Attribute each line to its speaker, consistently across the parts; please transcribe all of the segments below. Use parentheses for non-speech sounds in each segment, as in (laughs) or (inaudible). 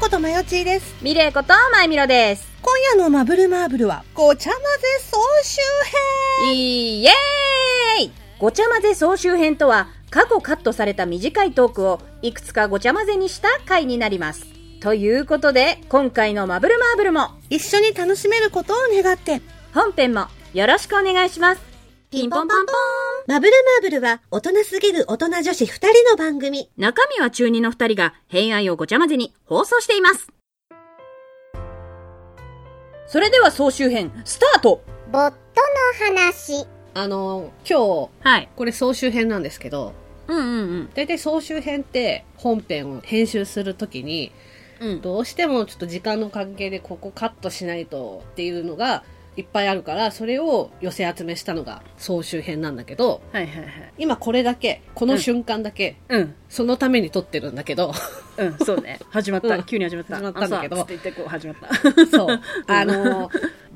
Speaker 1: ことまよちーです。
Speaker 2: ミレイことまゆみろです。
Speaker 1: 今夜のマブルマーブルは、ごちゃ混ぜ総集
Speaker 2: イエーイごちゃ混ぜ総集編とは、過去カットされた短いトークをいくつかごちゃ混ぜにした回になります。ということで、今回のマブルマーブルも、
Speaker 1: 編一緒に楽しめることを願って、
Speaker 2: 本編もよろしくお願いします。ピンポンパンポン
Speaker 1: マブルマーブルは、大人すぎる大人女子二人の番組。
Speaker 2: 中身は中二の二人が、偏愛をごちゃ混ぜに放送しています。それでは総集編、スタート
Speaker 3: ボットの話。
Speaker 4: あの、今日、
Speaker 2: はい。
Speaker 4: これ総集編なんですけど、
Speaker 2: うんうん
Speaker 4: 大体総集編って本編を編集するときに、
Speaker 2: うん。うん。
Speaker 4: どうしてもちょっと時間の関係でここカットしないとっていうのがいっぱいあるから、それを寄せ集めしたのが総集編なんだけど、
Speaker 2: はいはいはい。
Speaker 4: 今これだけ、この瞬間だけ、
Speaker 2: うん。
Speaker 4: そのために撮ってるんだけど、
Speaker 2: うん、そうね。始まっ
Speaker 4: う
Speaker 2: た。
Speaker 4: ん
Speaker 2: 急に始まった。
Speaker 4: 始まったんだけど
Speaker 2: 朝つって言ってこう始まった。 (laughs)
Speaker 4: そう。 (laughs) あの、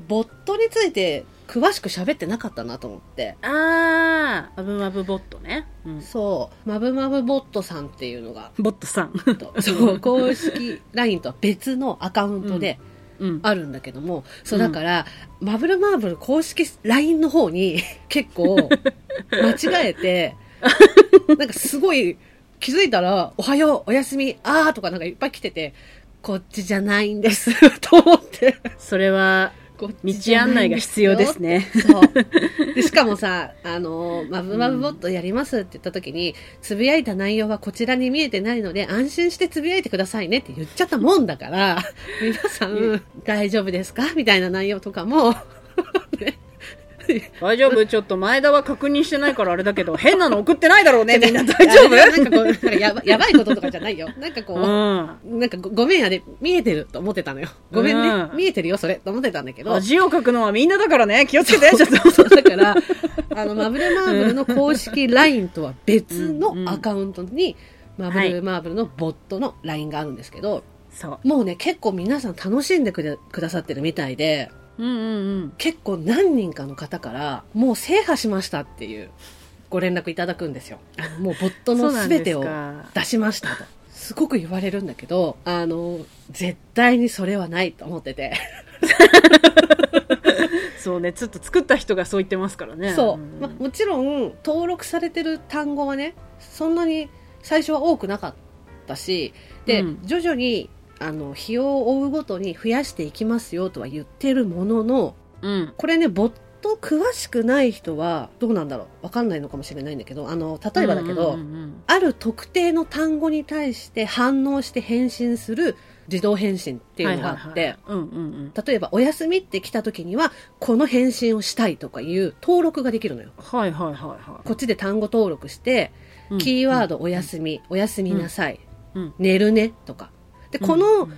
Speaker 4: ボットについて詳しく喋ってなかったなと思って。
Speaker 2: あー、アブマブボットね。うん。
Speaker 4: そう、まぶまぶボットさんっていうのが
Speaker 2: ボットさん。
Speaker 4: (laughs) そう、公式 LINE とは別のアカウントで
Speaker 2: うん。
Speaker 4: あるんだけども、そう、
Speaker 2: うん
Speaker 4: だから、マブルマーブル公式 LINE の方に (laughs) 結構間違
Speaker 2: (laughs)
Speaker 4: えて、なんかすごい気づいたら、おはよう、おやすみ、あーとかなんかいっぱい来てて、こっちじゃないんです、 (laughs) と思って。
Speaker 2: それは、
Speaker 4: こっ
Speaker 2: 道
Speaker 4: ちじゃ
Speaker 2: 案
Speaker 4: な
Speaker 2: 内
Speaker 4: いん
Speaker 2: が
Speaker 4: よ
Speaker 2: 必要です。ね。
Speaker 4: そう。でしかもさ、あのー、マブマブボットやりますって言った時に、つぶやいた内容はこちらに見えてないので、安心してつぶやいてくださいねって言っちゃったもんだから、皆さん、大丈夫ですかみたいな内容とかも、
Speaker 2: 大丈夫ちょっと前田は確認してないからあれだけ (laughs) ど、変なの送ってないだろうね、みんな大丈
Speaker 4: 夫なんかこう、なんかやばやばいこととかじゃないよ。なんかこ
Speaker 2: 夫
Speaker 4: う、
Speaker 2: うん。
Speaker 4: なんかごごめんやで、見えてると思ってたのよ。ごめんね、
Speaker 2: うん
Speaker 4: 見えてるよ、それ、と思ってたんだけど。
Speaker 2: 字を書くのはみんなだからね、気をつけて、ちょっと。
Speaker 4: そうだから、
Speaker 2: (laughs)
Speaker 4: あの、マブルマーブルの公式 LINE とは別のアカウントに、マブルマーブルのボットの LINE があるんですけど、
Speaker 2: そう。
Speaker 4: もうね、結構皆さん楽しんでくれくださってるみたいで、
Speaker 2: うんうん
Speaker 4: 結構何人かの方から、もう制覇しましたっていうご連絡いただくんですよ。あのもうボッ
Speaker 2: う
Speaker 4: ト
Speaker 2: ん。
Speaker 4: の全て
Speaker 2: そ
Speaker 4: を
Speaker 2: うなんですか
Speaker 4: 出しましたと。すごく言われるんだけど、あの、絶対にそれはないと思ってて。
Speaker 2: そうね、ちょっと作った人がそう言ってますからね。
Speaker 4: そう、
Speaker 2: ん
Speaker 4: まあ、もちろん登録されてる単語はねそんなに最初は多くなかったしで、
Speaker 2: うん
Speaker 4: 徐々にあの日を追うごとに増やしていきますよとは言ってるものの
Speaker 2: うん。
Speaker 4: これねボット詳しくない人はどうなんだろうわかんないのかもしれないんだけどあの例えばだけ
Speaker 2: う
Speaker 4: ど、
Speaker 2: んうんうん
Speaker 4: ある特定の単語に対して反応して返信する自動返信っていうのがあって、
Speaker 2: はいはいはいうんうんうん。
Speaker 4: 例えば、お休みって来た時には、この返信をしたいとかいう登録ができるのよ。
Speaker 2: はいはいはいはい。
Speaker 4: こっちで単語登録して、
Speaker 2: うん
Speaker 4: キーワードおやすみ、おやすみなさい、
Speaker 2: うん
Speaker 4: 寝るねとか。で、こ
Speaker 2: う
Speaker 4: の
Speaker 2: ん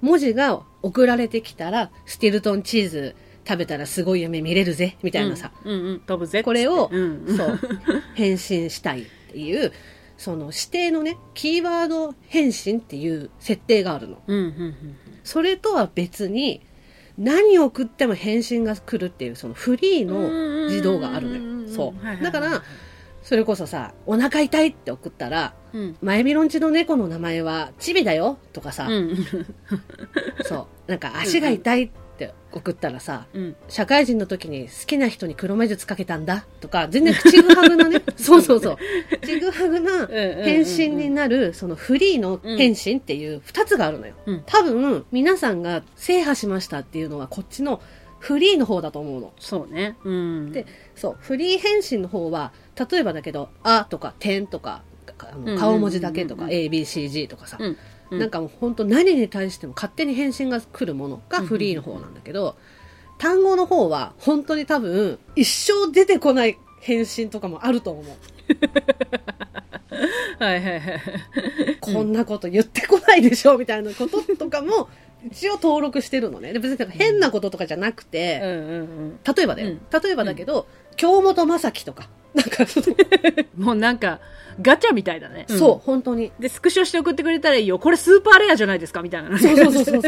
Speaker 4: 文字が送られてきたら、スティルトンチーズ食べたらすごい夢見れるぜ、みたいなさ、
Speaker 2: うんうんうん飛ぶぜっつって
Speaker 4: これを
Speaker 2: うんうん
Speaker 4: そう、返信したいっていう、その指定のね、キーワード返信っていう設定があるの。
Speaker 2: うんうんうん
Speaker 4: それとは別に、何を送っても返信が来るっていう、そのフリーの自動があるのよ。そ。
Speaker 2: はいはいはいう
Speaker 4: だから、それこそさ、お腹痛いって送ったら、
Speaker 2: うん
Speaker 4: まゆみろんちの猫の名前はチビだよとかさ、
Speaker 2: うん
Speaker 4: そう。なんか足が痛いって送ったらさ、
Speaker 2: うん
Speaker 4: 社会人の時に好きな人に黒魔術かけたんだとか、全然ちぐはぐ
Speaker 2: (laughs)
Speaker 4: なね、そうそうそう。ちぐはぐな返信になる、そのフリーの返信っていう二つがあるのよ。
Speaker 2: うん
Speaker 4: 多分、皆さんが制覇しましたっていうのはこっちのフリーの方だと思うの。
Speaker 2: そうねうん
Speaker 4: でそう、フリー返信の方は、例えばだけど、あとか、点とか、あ
Speaker 2: うんうんうんう
Speaker 4: の
Speaker 2: ん
Speaker 4: 顔文字だけとか、ABCG とかさ、
Speaker 2: うんうん
Speaker 4: なんかもう本当何に対しても勝手に返信が来るものがフリーの方なんだけど、単語の方は本当に多分、一生出てこない返信とかもあると思う。
Speaker 2: はいはいはい
Speaker 4: こんなこと言ってこないでしょ、みたいなこととかも、 (laughs) 一応登録してるのね。で別になんか変なこととかじゃなくて、
Speaker 2: うんうん
Speaker 4: 例えばだよ。
Speaker 2: うん
Speaker 4: 例えばだけど、京本正樹とか。なんかその、
Speaker 2: うんもうなんかガチャみたいだね
Speaker 4: そう、本当に。
Speaker 2: うんでスクショして送ってくれたらいいよこれスーパーレアじゃないですかみたい
Speaker 5: (laughs)
Speaker 2: な
Speaker 4: そうそうそうそうそう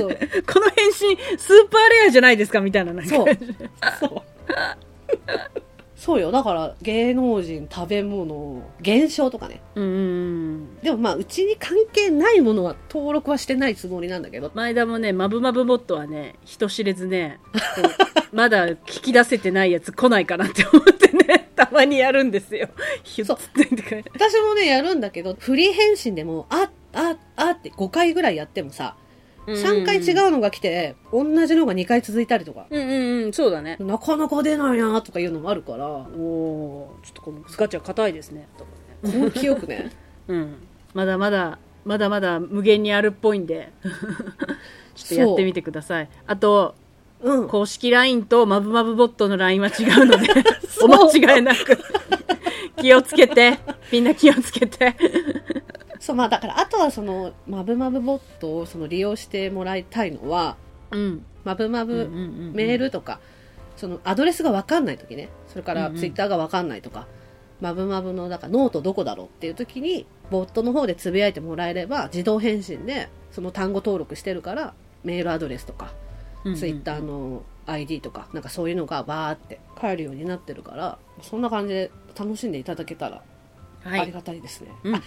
Speaker 2: この返信スーパーレアじゃないですかみたいななんか
Speaker 4: そう。そうよ。だから、芸能人、食べ物、現象とかね。
Speaker 5: うんうんうん。
Speaker 4: でもまあ、うちに関係ないものは登録はしてないつもりなんだけど。
Speaker 5: 前田もね、まぶまぶボットはね、人知れずね、こうまだ聞き出せてないやつ来ないかなって思ってね、たまにやるんですよ。ひゅっつってんか
Speaker 4: 私もね、やるんだけど、フリー返信でも、あ、あ、あって5回ぐらいやってもさ、3回違
Speaker 5: う。
Speaker 4: うのが来て、同じのが2回続いたりとか、
Speaker 5: うんうんうん、そうだね。
Speaker 4: なかなか出ないなとかいうのもあるから、
Speaker 5: おおーちょっとこのガチャ硬いですね。と
Speaker 4: 根気よくね。 (laughs)
Speaker 5: うん。まだまだ、まだまだ無限にあるっぽいんで、ちょっとやってみてください。あと、
Speaker 4: うん。
Speaker 5: 公式 LINE とマブマブボットの LINE は違う (laughs) ので、お間違いなく。 (laughs) 気をつけて。みんな気をつけて。
Speaker 4: そう、まあだから、あとはその、まぶまぶボットをその利用してもらいたいのは、
Speaker 5: うん。
Speaker 4: まぶまぶメールとか、そのアドレスが分かんない時ねそれか
Speaker 5: う
Speaker 4: ら
Speaker 5: んうん
Speaker 4: ツイッターが分かんないとか、まぶまぶのだからノートどこだろうっていう時にボットの方でつぶやいてもらえれば自動返信でその単語登録してるからメールアドレスとか、
Speaker 5: うんうん
Speaker 4: ツイッターの ID とかなんかそういうのがバーって返るようになってるからそんな感じで楽しんでいただけたら
Speaker 5: は
Speaker 4: あり
Speaker 5: い。
Speaker 4: がたいですね、
Speaker 5: うん
Speaker 4: あ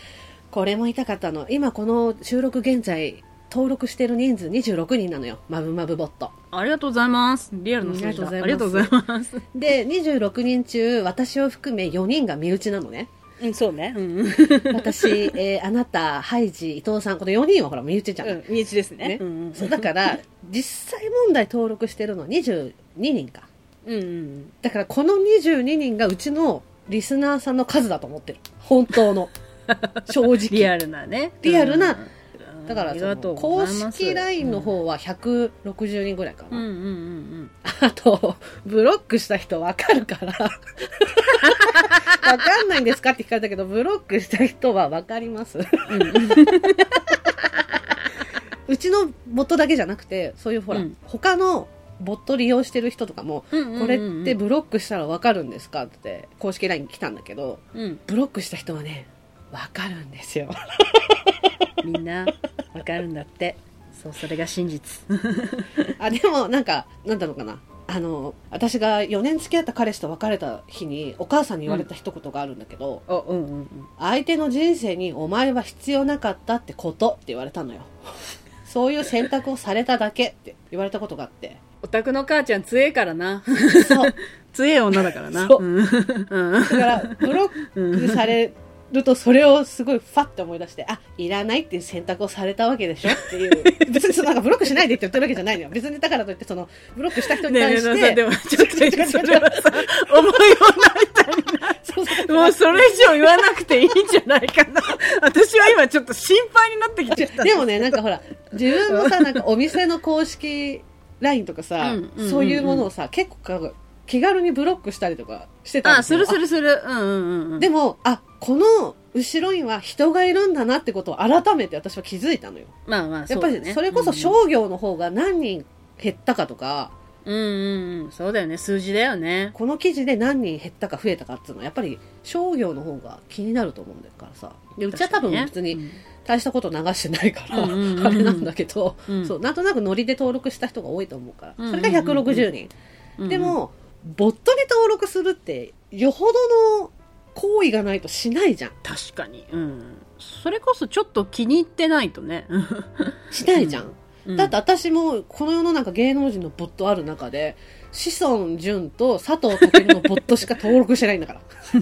Speaker 4: これも言いたかったの今この収録現在登録してる人数26人なのよまぶまぶボット
Speaker 5: ありが (laughs) とうございます。リアルな数字だ。あ
Speaker 4: あ
Speaker 5: り
Speaker 4: り
Speaker 5: が
Speaker 4: がと
Speaker 5: とう
Speaker 4: う
Speaker 5: ご
Speaker 4: ご
Speaker 5: ざ
Speaker 4: ざ
Speaker 5: い
Speaker 4: い
Speaker 5: ます。
Speaker 4: で26人中私を含め4人が身内なの
Speaker 5: (laughs)
Speaker 4: ね
Speaker 5: うん、そうね。うん。
Speaker 4: 私、えーあなたハイジ伊藤さんこの4人はほら身内じゃん、
Speaker 5: 身内ですね
Speaker 4: ね。
Speaker 5: うんうん
Speaker 4: そうだから実際問題登録してるの22人か
Speaker 5: うんうん。
Speaker 4: だからこの22人がうちのリスナーさんの数だと思ってる本当
Speaker 5: (laughs)
Speaker 4: の正直
Speaker 5: リアルなね。
Speaker 4: リアルな
Speaker 5: うん。
Speaker 4: だから
Speaker 5: あり
Speaker 4: そ
Speaker 5: がと
Speaker 4: の
Speaker 5: うご
Speaker 4: 公
Speaker 5: ざいます
Speaker 4: 式 LINE の。方は160人ぐらいか
Speaker 5: うん
Speaker 4: な、
Speaker 5: うんうんうん
Speaker 4: (laughs) あとブロックした人わかるからわかんないんですかって聞かれたけどブロックした人はわかります
Speaker 5: うん。うん
Speaker 4: うちのボットだけじゃなくてそういうほら、
Speaker 5: うん
Speaker 4: 他のボット利用してる人とかも、
Speaker 5: うんうんうんうん
Speaker 4: これってブロックしたらわかるんですかって公式 LINE 来たんだけど
Speaker 5: うん。
Speaker 4: ブロックした人はねわかるんですよ
Speaker 5: みんな、わかるんだって。そう、それが真実。
Speaker 4: あでもなんかなんだろうかなあの私が4年付き合った彼氏と別れた日にお母さんに言われた一言があるんだけど、
Speaker 5: あ、うんうんうん。
Speaker 4: 相手の人生にお前は必要なかったってことって言われたの
Speaker 5: (laughs)
Speaker 4: よそういう選択をされただけって言われたことがあ
Speaker 5: (laughs)
Speaker 4: って
Speaker 5: お宅の母ちゃん強えからな。
Speaker 4: そう
Speaker 5: 強え女だからな。
Speaker 4: そう
Speaker 5: うん。うん
Speaker 4: だからブロックされるとそれをすごいファッて思い出してあいらないっていう選択をされたわけでしょって
Speaker 5: (laughs)
Speaker 4: いう別にそのなんかブロックしないでって言ってるわけじゃないのよ別にだからといってそのブロックした人に
Speaker 5: ねえ
Speaker 4: 対し
Speaker 5: ねえ
Speaker 4: て、
Speaker 5: さ、でもちょっ
Speaker 4: 違う違う違
Speaker 5: と
Speaker 4: う
Speaker 5: それ
Speaker 4: (laughs)
Speaker 5: はさ、思い
Speaker 4: そうそう
Speaker 5: をもうそれ以上言わなくていいんじゃないかな。私は今ちょっと心配になってきちゃった。
Speaker 4: でもねなんかほら自分もさなんかお店の公式 LINE とかさ、
Speaker 5: うんうんうんうん
Speaker 4: そういうものをさ結構気軽にブロックしたりとかしてたん
Speaker 5: あ、
Speaker 4: です
Speaker 5: す
Speaker 4: よ
Speaker 5: るするする。うんうんうん。
Speaker 4: でもあこの後ろには人がいるんだなってことを改めて私は気づいたのよ
Speaker 5: まあまあ、
Speaker 4: やっぱ
Speaker 5: うだね
Speaker 4: りそれこそ商業の方が何人減ったかとか、
Speaker 5: うんうんうん。そうだよね。数字だよね。
Speaker 4: この記事で何人減ったか増えたかっていうのはやっぱり商業の方が気になると思うんだからさでうちは多分
Speaker 5: 確
Speaker 4: 別
Speaker 5: かにね
Speaker 4: に大したこと流してないから、
Speaker 5: うんうんうんうん
Speaker 4: あれなんだけど、
Speaker 5: うん
Speaker 4: そうなんとなくノリで登録した人が多いと思うから、
Speaker 5: うんうん
Speaker 4: それが160人、
Speaker 5: うん
Speaker 4: で、もボットに登録するってよほどの行為がないとしないじゃん
Speaker 5: 確かに。うん。それこそちょっと気に入ってないとね。
Speaker 4: しないじゃん、
Speaker 5: うん
Speaker 4: だって私もこの世の中芸能人のボットある中で志尊淳と佐藤健のボットしか登録 (laughs) してないん
Speaker 5: (laughs)
Speaker 4: だか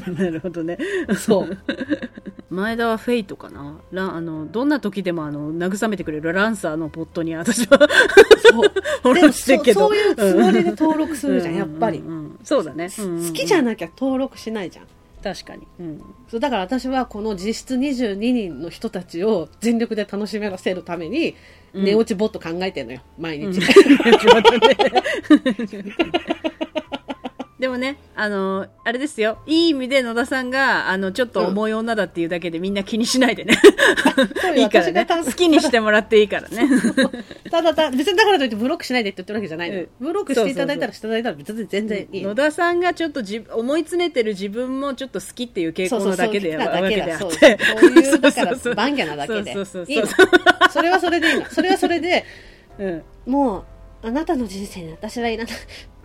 Speaker 4: ら
Speaker 5: なるほどね。
Speaker 4: そう
Speaker 5: (laughs) 前田はフェイトかなランあのどんな時でもあの慰めてくれるランサーのポットに私は
Speaker 4: そう
Speaker 5: フォ
Speaker 4: で
Speaker 5: ロー
Speaker 4: も
Speaker 5: して
Speaker 4: そ
Speaker 5: るけ
Speaker 4: う
Speaker 5: ど
Speaker 4: そういうつもりで登録するじゃん
Speaker 5: う
Speaker 4: やっぱり、
Speaker 5: うんうんうんそうだね、
Speaker 4: 好きじゃ
Speaker 5: ん
Speaker 4: なきゃ登録しないじゃん
Speaker 5: 確かに、うん、
Speaker 4: そうだから私はこの実質22人の人たちを全力で楽しめらせるために
Speaker 5: うん
Speaker 4: 寝落ちボット考えてるのよ毎 (laughs) 日、
Speaker 5: でもねあのあれですよいい意味で野田さんがあのちょっと重い女だっていうだけでみんな気にしないでね、
Speaker 4: そうよ
Speaker 5: (laughs) いいからね
Speaker 4: 私が
Speaker 5: 好きにしてもらっていいからね
Speaker 4: (laughs) ただただ別にだからといってブロックしないでって言ってるわけじゃないのよ、
Speaker 5: うん
Speaker 4: ブロックしていただいたらしていただいたら別に全然いいの
Speaker 5: 野田さんがちょっとじ思い詰めてる自分もちょっと好きっていう傾
Speaker 4: そう
Speaker 5: 向
Speaker 4: そうそう
Speaker 5: のだけで
Speaker 4: な
Speaker 5: わ
Speaker 4: だ
Speaker 5: け
Speaker 4: け
Speaker 5: で
Speaker 4: だ
Speaker 5: あ
Speaker 4: そ
Speaker 5: っ
Speaker 4: う
Speaker 5: て
Speaker 4: そういうだか
Speaker 5: そうそうそう
Speaker 4: らバンギャなだけで
Speaker 5: そうそうそう
Speaker 4: いいの
Speaker 5: (laughs)
Speaker 4: それはそれでいいのそれはそれで
Speaker 5: うん
Speaker 4: もうあなたの人生に私はいらない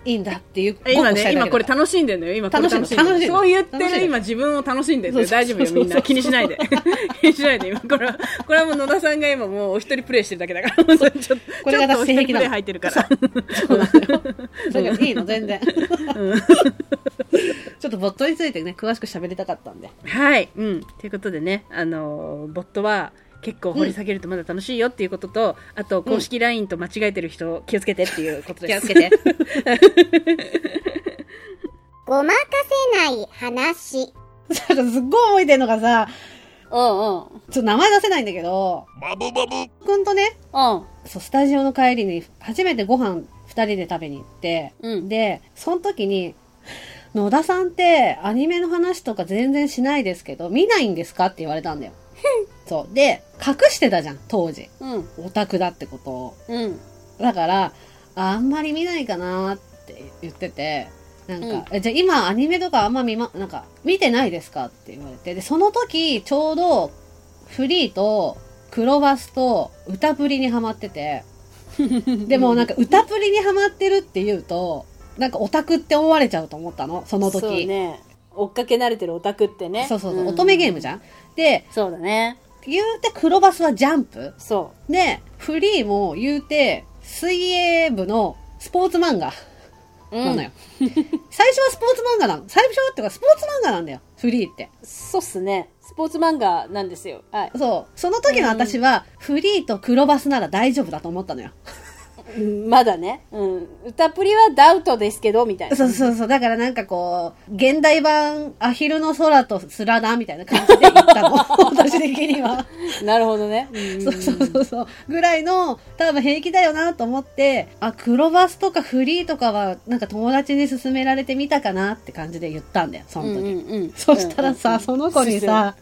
Speaker 4: いいんだっていうごっこ
Speaker 5: 今
Speaker 4: した
Speaker 5: ね、
Speaker 4: いだ
Speaker 5: 今
Speaker 4: け
Speaker 5: これ
Speaker 4: だ
Speaker 5: 楽しんでるのよ。今これ
Speaker 4: 楽しんでる楽しんでる
Speaker 5: そう言って
Speaker 4: 楽しんで
Speaker 5: る
Speaker 4: る
Speaker 5: 今自分を楽しんでるのよ。
Speaker 4: そう
Speaker 5: 大丈
Speaker 4: そう
Speaker 5: 夫よ、みん
Speaker 4: そ
Speaker 5: な。
Speaker 4: うそう
Speaker 5: 気にしないで。 (laughs) 気にしないで、今これは、これはもう野田さんが今もうお一人プレイしてるだ
Speaker 4: (laughs)
Speaker 5: けだから。ちょっと、ちょっ
Speaker 4: これが
Speaker 5: とお
Speaker 4: 私性
Speaker 5: 一人
Speaker 4: 癖
Speaker 5: プ
Speaker 4: な
Speaker 5: レイ
Speaker 4: の
Speaker 5: 入ってるか
Speaker 4: そ
Speaker 5: ら。
Speaker 4: うなのよだからいいの全然 (laughs) ちょっとボットについてね詳しく喋りたかったんで
Speaker 5: はい、うん。ということでね、あのーボットは結構掘り下げるとまだ楽しいよっていうことと、あと公式 LINE と間違えてる人気をつけてっていうことです。
Speaker 4: て
Speaker 6: ごまかせない話。
Speaker 4: なんかすっごい覚えてんのがさうんうんちょっと名前出せないんだけど
Speaker 2: バブバブ
Speaker 4: くんとね
Speaker 5: うん。
Speaker 4: そうスタジオの帰りに初めてご飯二人で食べに行って、
Speaker 5: うん
Speaker 4: でその時に「野田さんってアニメの話とか全然しないですけど見ないんですか?」って言われた
Speaker 5: (laughs)
Speaker 4: んだよ。そうで隠してたじゃん当時
Speaker 5: (laughs) うん。
Speaker 4: オタクだってことを
Speaker 5: うん。
Speaker 4: だからあんまり見ないかなって言っててなんか、えじゃあ今アニメとかあんま見まなんか見てないですかって言われてでその時ちょうどフリーとクロバスと歌プリにハマっててでもなんか歌プリにハマってるって言うとなんかオタクって思われちゃうと思ったのその時
Speaker 5: そうね。追っかけ慣れてるオタクってね。
Speaker 4: そうそうそう乙女ゲームじ
Speaker 5: ゃん。
Speaker 4: ゃんで
Speaker 5: そうだね。
Speaker 4: 言うてクロバスはジャンプ
Speaker 5: そ
Speaker 4: でフリーも言うて水泳部のスポーツ漫画
Speaker 5: う。
Speaker 4: なのよ。最初はスポーツ漫画なの。最初はっていうか、スポーツ漫画なんだよ。フリーって。
Speaker 5: そうっすね。スポーツ漫画なんですよ。はい。
Speaker 4: そう。その時の私は、フリーと黒バスなら大丈夫だと思ったのよ。
Speaker 5: まだね。うん。歌プリはダウトですけど、みたいな。
Speaker 4: そうそうそう。だからなんかこう、現代版、アヒルの空とスラダンみたいな感じで言
Speaker 5: (laughs)
Speaker 4: ったの。私的には。
Speaker 5: なるほどね。うん
Speaker 4: そうそうそうそう。ぐらいの、多分平気だよなと思って、あ、黒バスとかフリーとかは、なんか友達に勧められてみたかなって感じで言ったんだよ、その時。
Speaker 5: うんうんうん
Speaker 4: そしたらさ、
Speaker 5: うんうん
Speaker 4: その子にさ、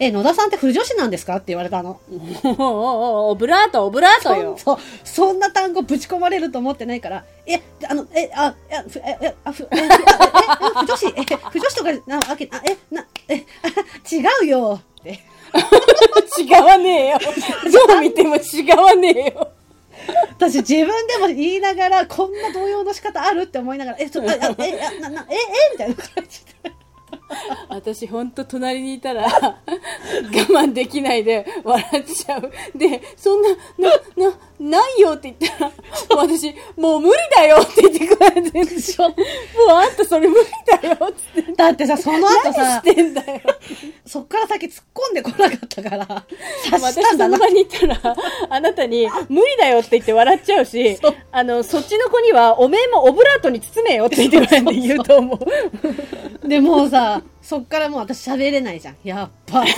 Speaker 4: え、野田さんって不女子なんですかって言われたの。
Speaker 5: おうおうおうオブラート、オブラート
Speaker 4: そ
Speaker 5: よ
Speaker 4: ん。そうそんな単語ぶち込まれると思ってないから、え、あの、え、あ、え、ふ、え、え、あ、ふ、え、ふ、え、え、不女子、え、不女子とか、な、わけ、あ、え、な、え、あ違うよって。
Speaker 5: 違わね (laughs) えよ。どう見ても違わねえよ。
Speaker 4: 私自分でも言いながら、こんな動揺の仕方あるって思いながら、え、
Speaker 5: (laughs)
Speaker 4: そ、あ、あえ、あ、な、な、え、え、みたいな感じで。
Speaker 5: 私ほんと隣にいたら我慢できないで笑っちゃう。で、そんな、な、な、ないよって言ったら、私、もう無理だよって言ってくれてるでしょ。もうあんたそれ無理だよって。
Speaker 4: だってさ、その後
Speaker 5: 何
Speaker 4: さ、
Speaker 5: してんだよ。
Speaker 4: そっから先突っ込んでこなかったから、察し
Speaker 5: 私
Speaker 4: たんだな
Speaker 5: その場にいた (laughs) ら、あなたに、無理だよって言って笑っちゃうし、あの、そっちの子には、おめえもオブラートに包めよって言ってくれて言うと思う。
Speaker 4: でもうさ、そっからもう私喋れないじゃん。やっばと思って。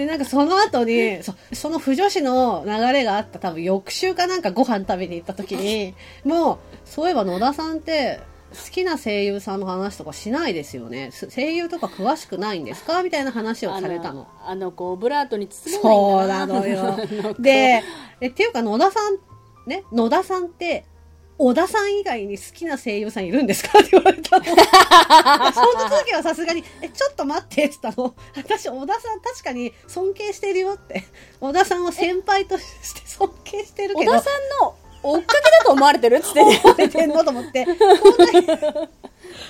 Speaker 4: で、なんかその後に、そその不女子の流れがあった多分翌週かなんかご飯食べに行った時に、もう、そういえば野田さんって、好きな声優さんの話とかしないですよね。す声優とか詳しくないんですかみたいな話をされたの。
Speaker 5: あのあの子オブラートに包
Speaker 4: そ
Speaker 5: め
Speaker 4: う
Speaker 5: な
Speaker 4: な
Speaker 5: い
Speaker 4: ん
Speaker 5: だな
Speaker 4: のよ。で、えっていうか野田さん、ね、野田さんって、小田さん以外に好きな声優さんいるんですかって言われ
Speaker 5: (laughs)
Speaker 4: たの。その時はさすがに、え、ちょっと待ってって言ったの。私、小田さん確かに尊敬してるよって。小田さんを先輩として尊敬してる
Speaker 5: 小
Speaker 4: けど、
Speaker 5: 田さんの追っかけだと思われてるっつって、ね、
Speaker 4: 覚えてんのと思って、こんだけ、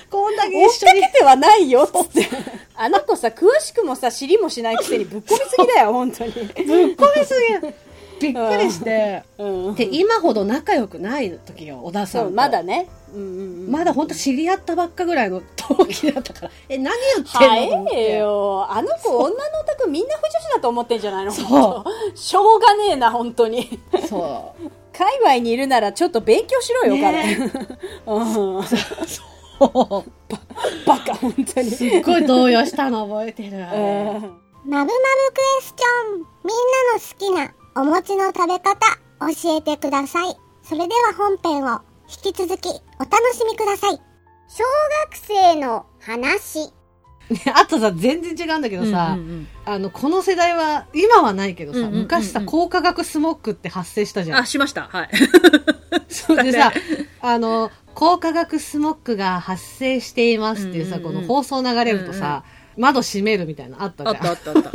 Speaker 4: こんだけ
Speaker 5: 追っ
Speaker 4: 一緒
Speaker 5: か
Speaker 4: に
Speaker 5: けてはないよっつってあの子さ詳しくもさ知りもしないくせにぶっ込みすぎだよ本当に
Speaker 4: ぶっ込みすぎる。びっくりして。
Speaker 5: (laughs) うん
Speaker 4: で、今ほど仲良くない時よ、小田さ
Speaker 5: そ
Speaker 4: ん
Speaker 5: う
Speaker 4: と。
Speaker 5: まだねうんうんうん
Speaker 4: まだ本当知り合ったばっかぐらいの時だったから、 (laughs) え、何言ってんのと思っ
Speaker 5: 早
Speaker 4: て
Speaker 5: えよあの子女のオタクみんな不女子だと思ってんじゃないの
Speaker 4: そう
Speaker 5: 本当しょうがねえな本当に
Speaker 4: そ
Speaker 5: 界隈にいるならちょっと勉強しろよ、
Speaker 4: ね
Speaker 5: 彼、うん、
Speaker 4: う。
Speaker 5: バカ本当に
Speaker 4: すっごい動揺したの覚え
Speaker 5: (laughs)
Speaker 4: てる。
Speaker 5: うん
Speaker 6: まぶまぶクエスチョン。みんなの好きなお餅の食べ方教えてください。それでは本編を引き続きお楽しみください。小学生の話。
Speaker 4: あとさ、全然違うんだけどさ、あの、この世代は、今はないけどさ、
Speaker 5: うんうんうんうん
Speaker 4: 昔さ、高化学スモッグって発生したじゃん。
Speaker 5: しましたはい
Speaker 4: それでさ、あの、高化学スモッグが発生していますっていうさ、
Speaker 5: うんうんうん
Speaker 4: この放送流れるとさ、窓閉めるみたいなのあったじゃん。
Speaker 5: あったあった。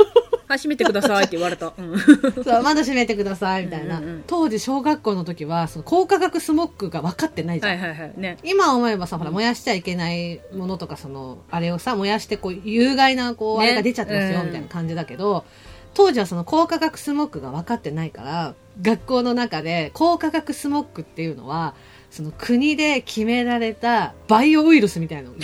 Speaker 5: はい、閉めてくださいって言われた。 (laughs) うん。
Speaker 4: (laughs) そう、窓閉めてください、みたいな。
Speaker 5: うんうんうん
Speaker 4: 当時、小学校の時は、その、高化学スモッグが分かってないじゃん。
Speaker 5: はいはいはい。ね。
Speaker 4: 今思えばさ、ほら、燃やしちゃいけないものとか、その、あれをさ、燃やして、こう、有害な、こう、
Speaker 5: ね
Speaker 4: あれが出ちゃってますよ、
Speaker 5: うん
Speaker 4: みたいな感じだけど、当時はその、高化学スモッグが分かってないから、学校の中で、高化学スモッグっていうのは、その、国で決められた、バイオウイルスみたいなの。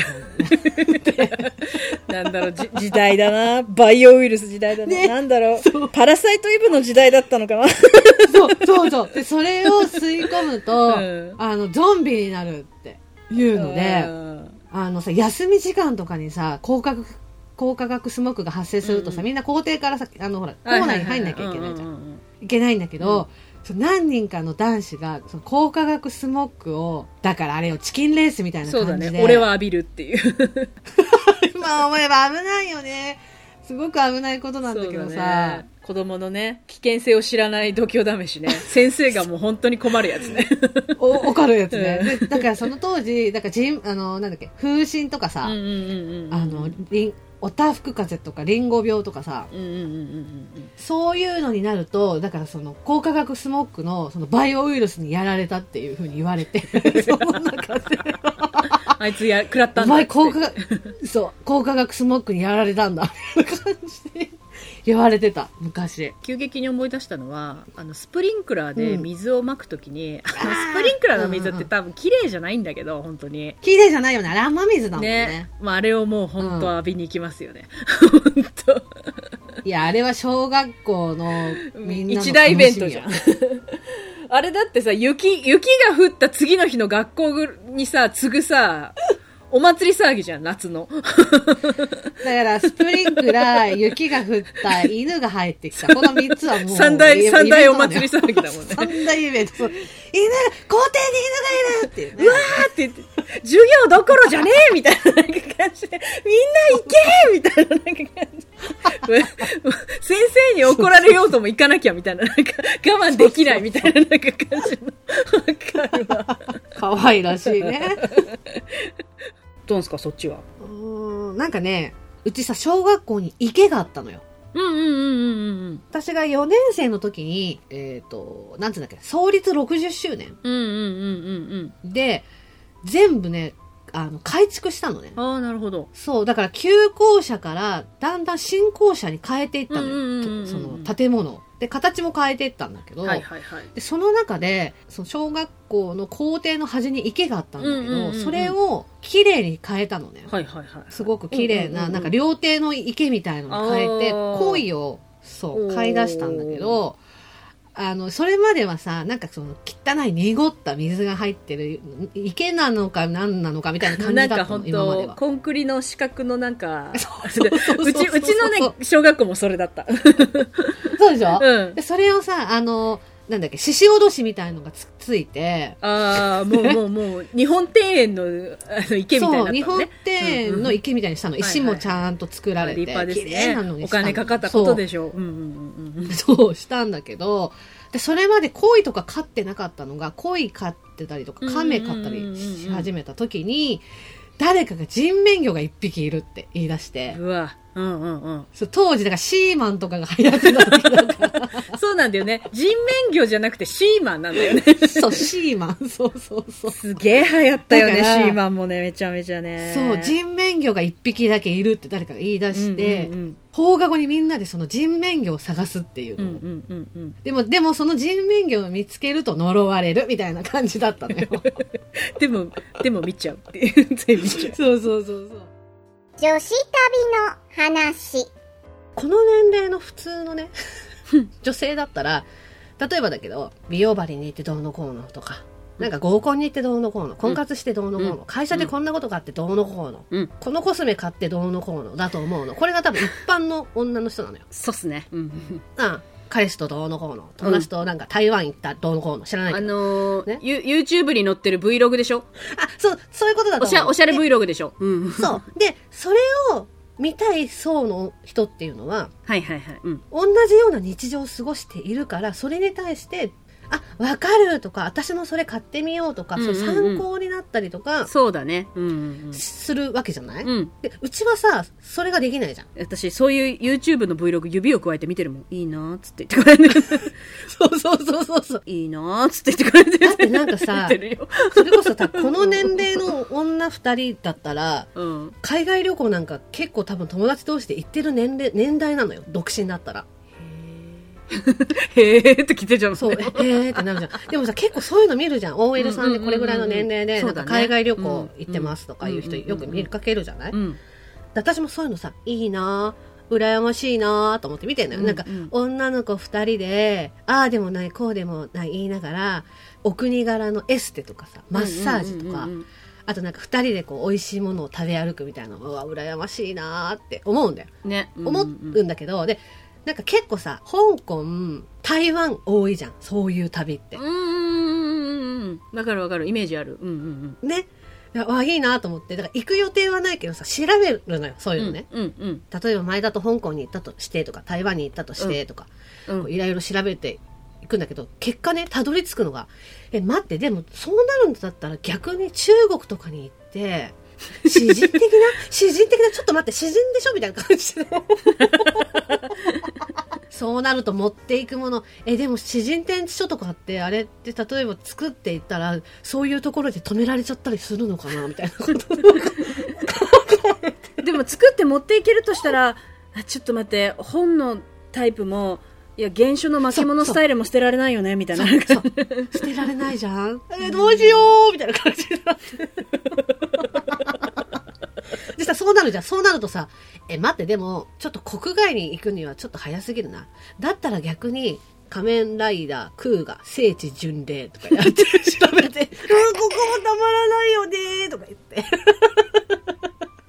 Speaker 5: なんだろう、じ時代だな。バイオウイルス時代だな。
Speaker 4: ね
Speaker 5: なんだろうパラサイトイブの時代だったのかな。
Speaker 4: そう、そうそう。で、それを吸い込むと、
Speaker 5: うん
Speaker 4: あの、ゾンビになるっていうので、
Speaker 5: うん
Speaker 4: あのさ、休み時間とかにさ、高価格、高価格スモッグが発生するとさ、
Speaker 5: うん
Speaker 4: みんな校庭からさ、あの、ほら、校内に入んなきゃいけないじゃん。
Speaker 5: ううう
Speaker 4: いけないんだけど、その何人かの男子が、その高価格スモッグを、だからあれよ、チキンレースみたいな
Speaker 5: そうだ
Speaker 4: 感じで。
Speaker 5: ね。
Speaker 4: (laughs)
Speaker 5: 俺は。浴びるっていう。
Speaker 4: 今思えば危ないよね。すごく危ないことなんだけど
Speaker 5: そう
Speaker 4: さ。
Speaker 5: ね、子供のね、危険性を知らない度胸試し (laughs) ね。先生がもう本当に困るやつ (laughs) ね。
Speaker 4: お、わかるやつね。
Speaker 5: うん
Speaker 4: でだからその当時、だから人、あの、なんだっけ、風疹とか
Speaker 5: うん
Speaker 4: さ、
Speaker 5: うんうんうん。
Speaker 4: あの、りん、おたふく風邪とか、リンゴ病とかさ、
Speaker 5: うんうんうんうんうん。
Speaker 4: そういうのになると、だからその、高化学スモッグの、その、バイオウイルスにやられたっていうふうに言われ
Speaker 5: (laughs)
Speaker 4: て、その中で、
Speaker 5: あいつや、食らった
Speaker 4: お
Speaker 5: んだっつ
Speaker 4: 前、
Speaker 5: って。
Speaker 4: 高化学、 (laughs) そう、高化学スモッグにやられたんだ、みたいな感じで (laughs) 言われてた、昔。
Speaker 5: 急激に思い出したのはあのスプリンクラーで水をまくときに、あのスプリンクラーの水って多分綺麗じゃないんだけど本当に
Speaker 4: 綺麗じゃないよね、あれ、雨水だもんね。
Speaker 5: ねまあ、あれをもう本当
Speaker 4: うん
Speaker 5: 浴びに行きますよね、 (laughs) 本当
Speaker 4: いや、あれは小学校の、みんなの楽しみよ。
Speaker 5: 一大イベントじゃんあれだってさ雪雪が降った次の日の学校ぐにさ次ぐさお祭り騒ぎじゃん夏の
Speaker 4: だから、スプリンクラー、雪が降った、犬が入ってきた。この3つはもう。
Speaker 5: 三大
Speaker 4: イベ
Speaker 5: 三大
Speaker 4: イ
Speaker 5: お
Speaker 4: ベ
Speaker 5: 祭り
Speaker 4: ントなのよ
Speaker 5: 騒ぎだもんね
Speaker 4: 三大イベント。そう犬が、校庭に犬がいるっていうね。
Speaker 5: うわーって言って授業どころじゃねえみたいななんか感じで、みんな行けみたいななんか感じで、先生に怒られようとも行かなきゃみたいな、なんか我慢できないみたいななんか感じの。わかるわ。
Speaker 4: 可愛らしいね。
Speaker 5: どうすか、そっちは。
Speaker 4: うーんなんかね、うちさ、小学校に池があったのよ。
Speaker 5: うんうんうんうん
Speaker 4: 私が4年生の時に、えっ、と、なんつうんだっけ、創立60周年
Speaker 5: うん。うんうんうんうんうん。
Speaker 4: で、全部ね、あの、改築したのね。
Speaker 5: ああ、なるほど。
Speaker 4: そう、だから旧校舎からだんだん新校舎に変えていったの
Speaker 5: うんうんうんうんう
Speaker 4: よ。
Speaker 5: ん
Speaker 4: とその建物を。で、形も変えていったんだけど、
Speaker 5: はいはいはい。
Speaker 4: でその中で、その小学校の校庭の端に池があったんだけど、
Speaker 5: うんうんうんうん
Speaker 4: それを綺麗に変えたのね。
Speaker 5: はいはいはい。
Speaker 4: すごく綺麗
Speaker 5: うんうんうんう
Speaker 4: な、
Speaker 5: ん
Speaker 4: なんか料亭の池みたいのに変えて、
Speaker 5: あー
Speaker 4: 鯉を、そ
Speaker 5: お
Speaker 4: う、
Speaker 5: ー
Speaker 4: 買い出したんだけど、あの、それまではさ、なんかその汚い濁った水が入ってる、池なのか何なのかみたいな感じ
Speaker 5: な
Speaker 4: だ
Speaker 5: ん
Speaker 4: った
Speaker 5: か
Speaker 4: の、
Speaker 5: 本
Speaker 4: 今まで
Speaker 5: 当
Speaker 4: は。
Speaker 5: コンクリの四角のなんか、
Speaker 4: そうそうそう
Speaker 5: うち、うちのね、小学校もそれだった。
Speaker 4: そうでしょ、
Speaker 5: うん
Speaker 4: で。それをさ、あの、なんだっけ、獅子おどしみたいのがつついて、
Speaker 5: ああ、もうもうもう、日本庭園のあの池みたい
Speaker 4: そう、日
Speaker 5: になったの
Speaker 4: 本
Speaker 5: ね。
Speaker 4: 庭園の池みたいにしたの。
Speaker 5: んうん
Speaker 4: 石もちゃんと作られて、
Speaker 5: 立派です
Speaker 4: 綺麗なの
Speaker 5: ね。
Speaker 4: に
Speaker 5: お
Speaker 4: したの
Speaker 5: 金かかったことでしょう。うんうんうんうん。
Speaker 4: そう (laughs) したんだけど、で、それまで鯉とか飼ってなかったのが、鯉飼ってたりとか、亀飼ったりし始めた時に、誰かが人面魚が一匹いるって言い出して
Speaker 5: う、わ。うんうんうん。
Speaker 4: そう当時、だからシーマンとかが流行ってた時だ
Speaker 5: (laughs)
Speaker 4: か
Speaker 5: そうなんだよね。人面魚じゃなくてシーマンなんだよ
Speaker 4: (laughs)
Speaker 5: ね。
Speaker 4: ら、そう、シーマン、そうそうそう。
Speaker 5: すげえ流行ったよね、
Speaker 4: だから
Speaker 5: シーマンもね、めちゃめちゃね。
Speaker 4: そう、人面魚が一匹だけいるって誰かが言い出して
Speaker 5: うん、うん
Speaker 4: 放課後にみんなでその人面魚を探すっていう
Speaker 5: うん。う
Speaker 4: のを
Speaker 5: んうんうんうん。
Speaker 4: でも、でもその人面魚を見つけると呪われるみたいな感じだったのよ。
Speaker 5: でも、でも見ちゃうっていう。全部見ちゃう。
Speaker 4: そうそうそうそう。
Speaker 6: 女子旅の話。
Speaker 4: (laughs) この年齢の普通のね、女性だったら、例えばだけど、美容針に行ってどうのこうのとか、なんか合コンに行ってどうのこうの、婚活してどうのこうの、
Speaker 5: うん
Speaker 4: 会社でこんなことがあってどうのこうの、
Speaker 5: うん
Speaker 4: このコスメ買ってどうのこうのだと思うの。これが多分一般の女の人なのよ。
Speaker 5: そうっすね。うんうん
Speaker 4: あ彼氏とどうのこうの、友達となんか台湾行ったどうのこうの、知らない
Speaker 5: あ
Speaker 4: けど。
Speaker 5: のー
Speaker 4: ね
Speaker 5: ユ YouTube に載ってる Vlog でしょ
Speaker 4: あ、そう、そういうことだと思う。
Speaker 5: おしゃ、おしゃれ
Speaker 4: で
Speaker 5: Vlog でしょうん。
Speaker 4: そう。で、それを見たい層の人っていうのは、
Speaker 5: はいはいはい。うん。
Speaker 4: 同じような日常を過ごしているから、それに対して、あ、わかるとか、私もそれ買ってみようとか、
Speaker 5: うんうんうん
Speaker 4: そう参考になったりとか、
Speaker 5: そうだね。うんうん
Speaker 4: するわけじゃない、
Speaker 5: うん。うん。
Speaker 4: で、うちはさ、それができないじゃ (laughs) ん。
Speaker 5: 私、そういう YouTube の Vlog 指を加えて見てるもん。いいなーっつって言って
Speaker 4: (laughs)
Speaker 5: くれてる。
Speaker 4: そうそうそうそうそう。
Speaker 5: いいなーっつって言ってくれてる。
Speaker 4: だってなんか
Speaker 5: (laughs)
Speaker 4: さ
Speaker 5: 見てるよ
Speaker 4: それこそさ、この年齢の女二人だったら、
Speaker 5: うん。
Speaker 4: 海外旅行なんか結構多分友達同士で行ってる年齢、年代なのよ。独身だった
Speaker 5: (laughs)
Speaker 4: ら。
Speaker 5: へーって来てちゃうもんね
Speaker 4: そう、えーってなるじゃん。でもさ、結構そういうの見るじゃん。OL さんでこれぐらいの年齢で、なん
Speaker 5: うんうんうんう
Speaker 4: ん
Speaker 5: そうだ
Speaker 4: か
Speaker 5: ね
Speaker 4: 海外旅行行ってますとかいう人
Speaker 5: うんうんうん
Speaker 4: よく見かけるじゃない、
Speaker 5: うん。
Speaker 4: 私もそういうのさ、いいなぁ、羨ましいなぁと思って見てんのよ。
Speaker 5: うん
Speaker 4: な
Speaker 5: う
Speaker 4: んんか、女の子二人で、ああでもない、こうでもない言いながら、お国柄のエステとかさ、マッサージとか
Speaker 5: うんうんうんうん、
Speaker 4: あとなんか二人でこう、美味しいものを食べ歩くみたいなのは、うわ羨ましいなぁって思うんだよ。
Speaker 5: ね。
Speaker 4: 思うんだけど、で、なんか結構さ、香港、台湾多いじゃん。そういう旅って
Speaker 5: うん。うんうん。わかるわかる。イメージある。うんうんうん。
Speaker 4: ね。いやわあ、いいなと思って。だから行く予定はないけどさ、調べるのよ、そういうのね。
Speaker 5: うんうん
Speaker 4: 例えば前だと香港に行ったとしてとか、台湾に行ったとしてとか、
Speaker 5: うん
Speaker 4: こういろいろ調べていくんだけど、結果ね、たどり着くのが、え、待って、でもそうなるんだったら逆に中国とかに行
Speaker 5: (laughs)
Speaker 4: って、詩人的な詩人的なちょっと待って、詩人でしょみたいな感じ
Speaker 5: (laughs)
Speaker 4: で。そうなると持っていくもの、え、でも詩人展示書とかって、あれって例えば作っていったら、そういうところで止められちゃったりするのかなみたいなこと。
Speaker 5: でも作って持っていけるとしたら、あちょっと待って、本のタイプも、いや、原書の巻物スタイルも捨てられないよね、みたいな。
Speaker 4: そう捨てられないじゃん。 (laughs) え、どうしようみたいな感じにな (laughs) って。でさ、そうなるじゃん。そうなるとさ、え、待って、でも、ちょっと国外に行くにはちょっと早すぎるな。だったら逆に、仮面ライダー、クーガ、聖地巡礼とかやって調べて、うん、ここもたまらないよねーとか言って。だか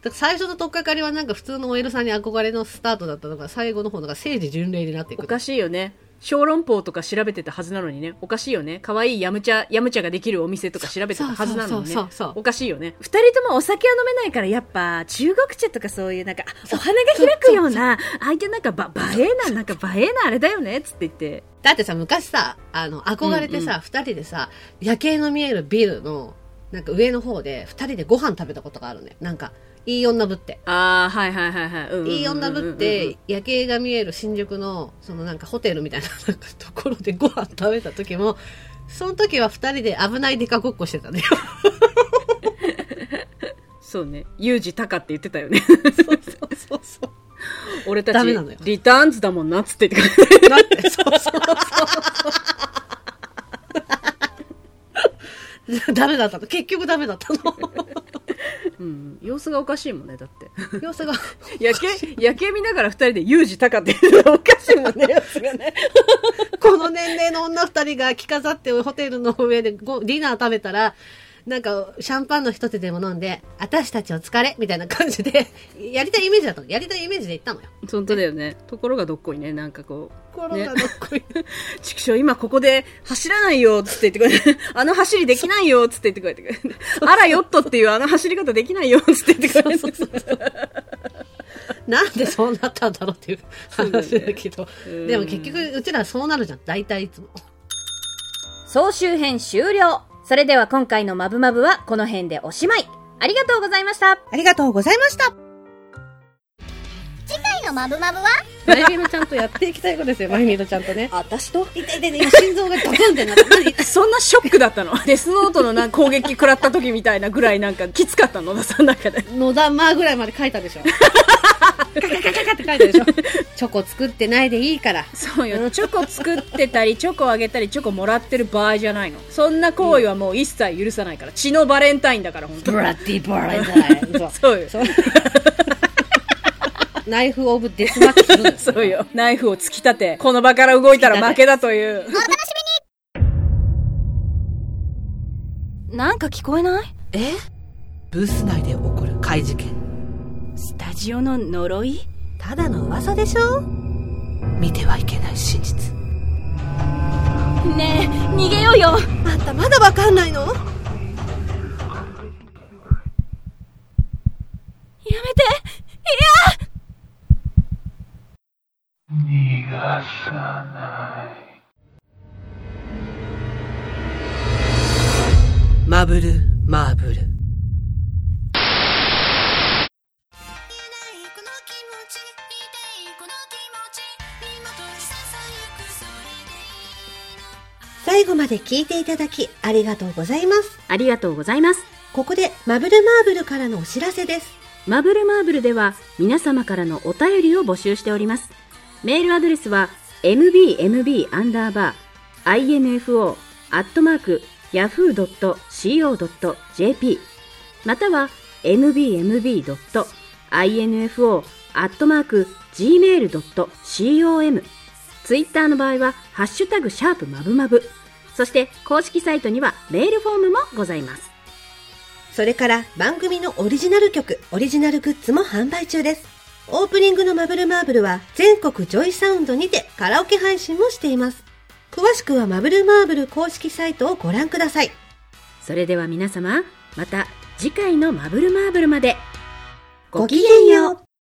Speaker 4: ら最初のとっかかりはなんか普通の OL さんに憧れのスタートだったのが、最後の方のが聖地巡礼になってい
Speaker 5: (laughs) お
Speaker 4: く。
Speaker 5: かしいよね。小籠包とか調べてたはずなのにね。おかしいよね。可愛いヤムチャ、ヤムチャができるお店とか調べてたはずなのに
Speaker 4: そうそうそ
Speaker 5: ね
Speaker 4: うそう。そう
Speaker 5: おかしいよね。二人ともお酒は飲めないから、やっぱ、中国茶とかそういう、なんか、お花が開くような、ああいうなんか、ば、映えな、なんか映えなあれだよね、つって言って。
Speaker 4: だってさ、昔さ、あの、憧れて
Speaker 5: うん
Speaker 4: さ、二、人でさ、夜景の見えるビルの、なんか上の方で、二人でご飯食べたことがあるね。なんか、いい女ぶって。
Speaker 5: ああ、はいはいはいはい。うんうんうんうんうん
Speaker 4: いい女ぶって、、夜景が見える新宿の、そのなんかホテルみたいななんかところでご飯食べた時も、その時は二人で危ないデカごっこしてたね。
Speaker 5: そうね。ユージタカって言ってたよね。
Speaker 4: そうそう (laughs) そうそう。
Speaker 5: 俺た
Speaker 4: ダメ
Speaker 5: ち
Speaker 4: なのよ、
Speaker 5: リターンズだもんな、つって言ってくれ
Speaker 4: なって、 (laughs) そうそうそう。ダメだったの。結局ダメだった (laughs) の。
Speaker 5: た。うん。様子がおかしいもんね、だって。
Speaker 4: 様子が。
Speaker 5: (laughs) 夜景、夜景見ながら二人でユージタカって言ってたらおかしいもんね、様子がね。
Speaker 4: (laughs) この年齢の女二人が着飾ってホテルの上でごディナー食べたら、なんか、シャンパンの一手でも飲んで、私たちお疲れみたいな感じで、やりたいイメージだったの。やりたいイメージで行ったのよ。
Speaker 5: 本当だよね。ところがどっこいね、なんかこう。
Speaker 4: コロナの恋。
Speaker 5: (laughs) 畜生、今ここで走らないよ、つって言ってくれて。あの走りできないよ、つって言ってくれて。あら、ヨットっていうあの走り方できないよ、つって言ってくれて。
Speaker 4: なんでそうなったんだろうっていう話だけど。
Speaker 5: うん
Speaker 4: でも結局、うちらそうなるじゃん。大体いつも。
Speaker 5: 総集編終了。それでは今回のマブマブはこの辺でおしまい。ありがとうございました。
Speaker 1: ありがとうございました。
Speaker 6: 次回のマブマブは
Speaker 4: マイミロちゃんとやっていきたいことですよ、マイミロちゃんとね。
Speaker 5: 私と
Speaker 4: 痛い痛い痛い、心臓がガクンってなった。何
Speaker 5: そんなショックだったの (laughs) デスノートのなんか攻撃食らった時みたいなぐらいなんかきつかったの野田さんの中で。
Speaker 4: 野田マーぐらいまで書いたでしょ。カカカカカって書いたでしょ。チョコ作ってないでいいから。
Speaker 5: そうよ。チョコ作ってたり、チョコあげたり、チョコもらってる場合じゃないの。そんな行為はもう一切許さないから。血のバレンタインだから、本当
Speaker 4: ブ
Speaker 5: に。
Speaker 4: ラッディバランダイ。
Speaker 5: (laughs) そうよ。
Speaker 4: そうナイフ・オブ・デスマッチするのよ
Speaker 5: そうよ。ナイフを突き立て、この場から動いたら負けだという。
Speaker 2: なんか聞こえない
Speaker 7: ブース内で起こる怪事件
Speaker 2: スタジオの呪い
Speaker 1: ただの噂でしょ
Speaker 7: 見てはいけない真実
Speaker 2: ねえ逃げようよ
Speaker 1: あんたまだわかんないの
Speaker 2: やめて
Speaker 4: マブルマーブル
Speaker 1: 最後まで聞いていただきありがとうございます。
Speaker 2: ありがとうございます。
Speaker 1: ここでマブルマーブルからのお知らせです。
Speaker 2: マブルマーブルでは皆様からのお便りを募集しております。メールアドレスは mbmb-info-yahoo.co.jp または mbmb.info-gmail.com ツイッターの場合はハッシュタグシャープマブマブそして公式サイトにはメールフォームもございます。
Speaker 1: それから番組のオリジナル曲、オリジナルグッズも販売中です。オープニングのマブルマーブルは全国ジョイサウンドにてカラオケ配信もしています。詳しくはマブルマーブル公式サイトをご覧ください。
Speaker 2: それでは皆様、また次回のマブルマーブルまで。
Speaker 1: ごきげんよう。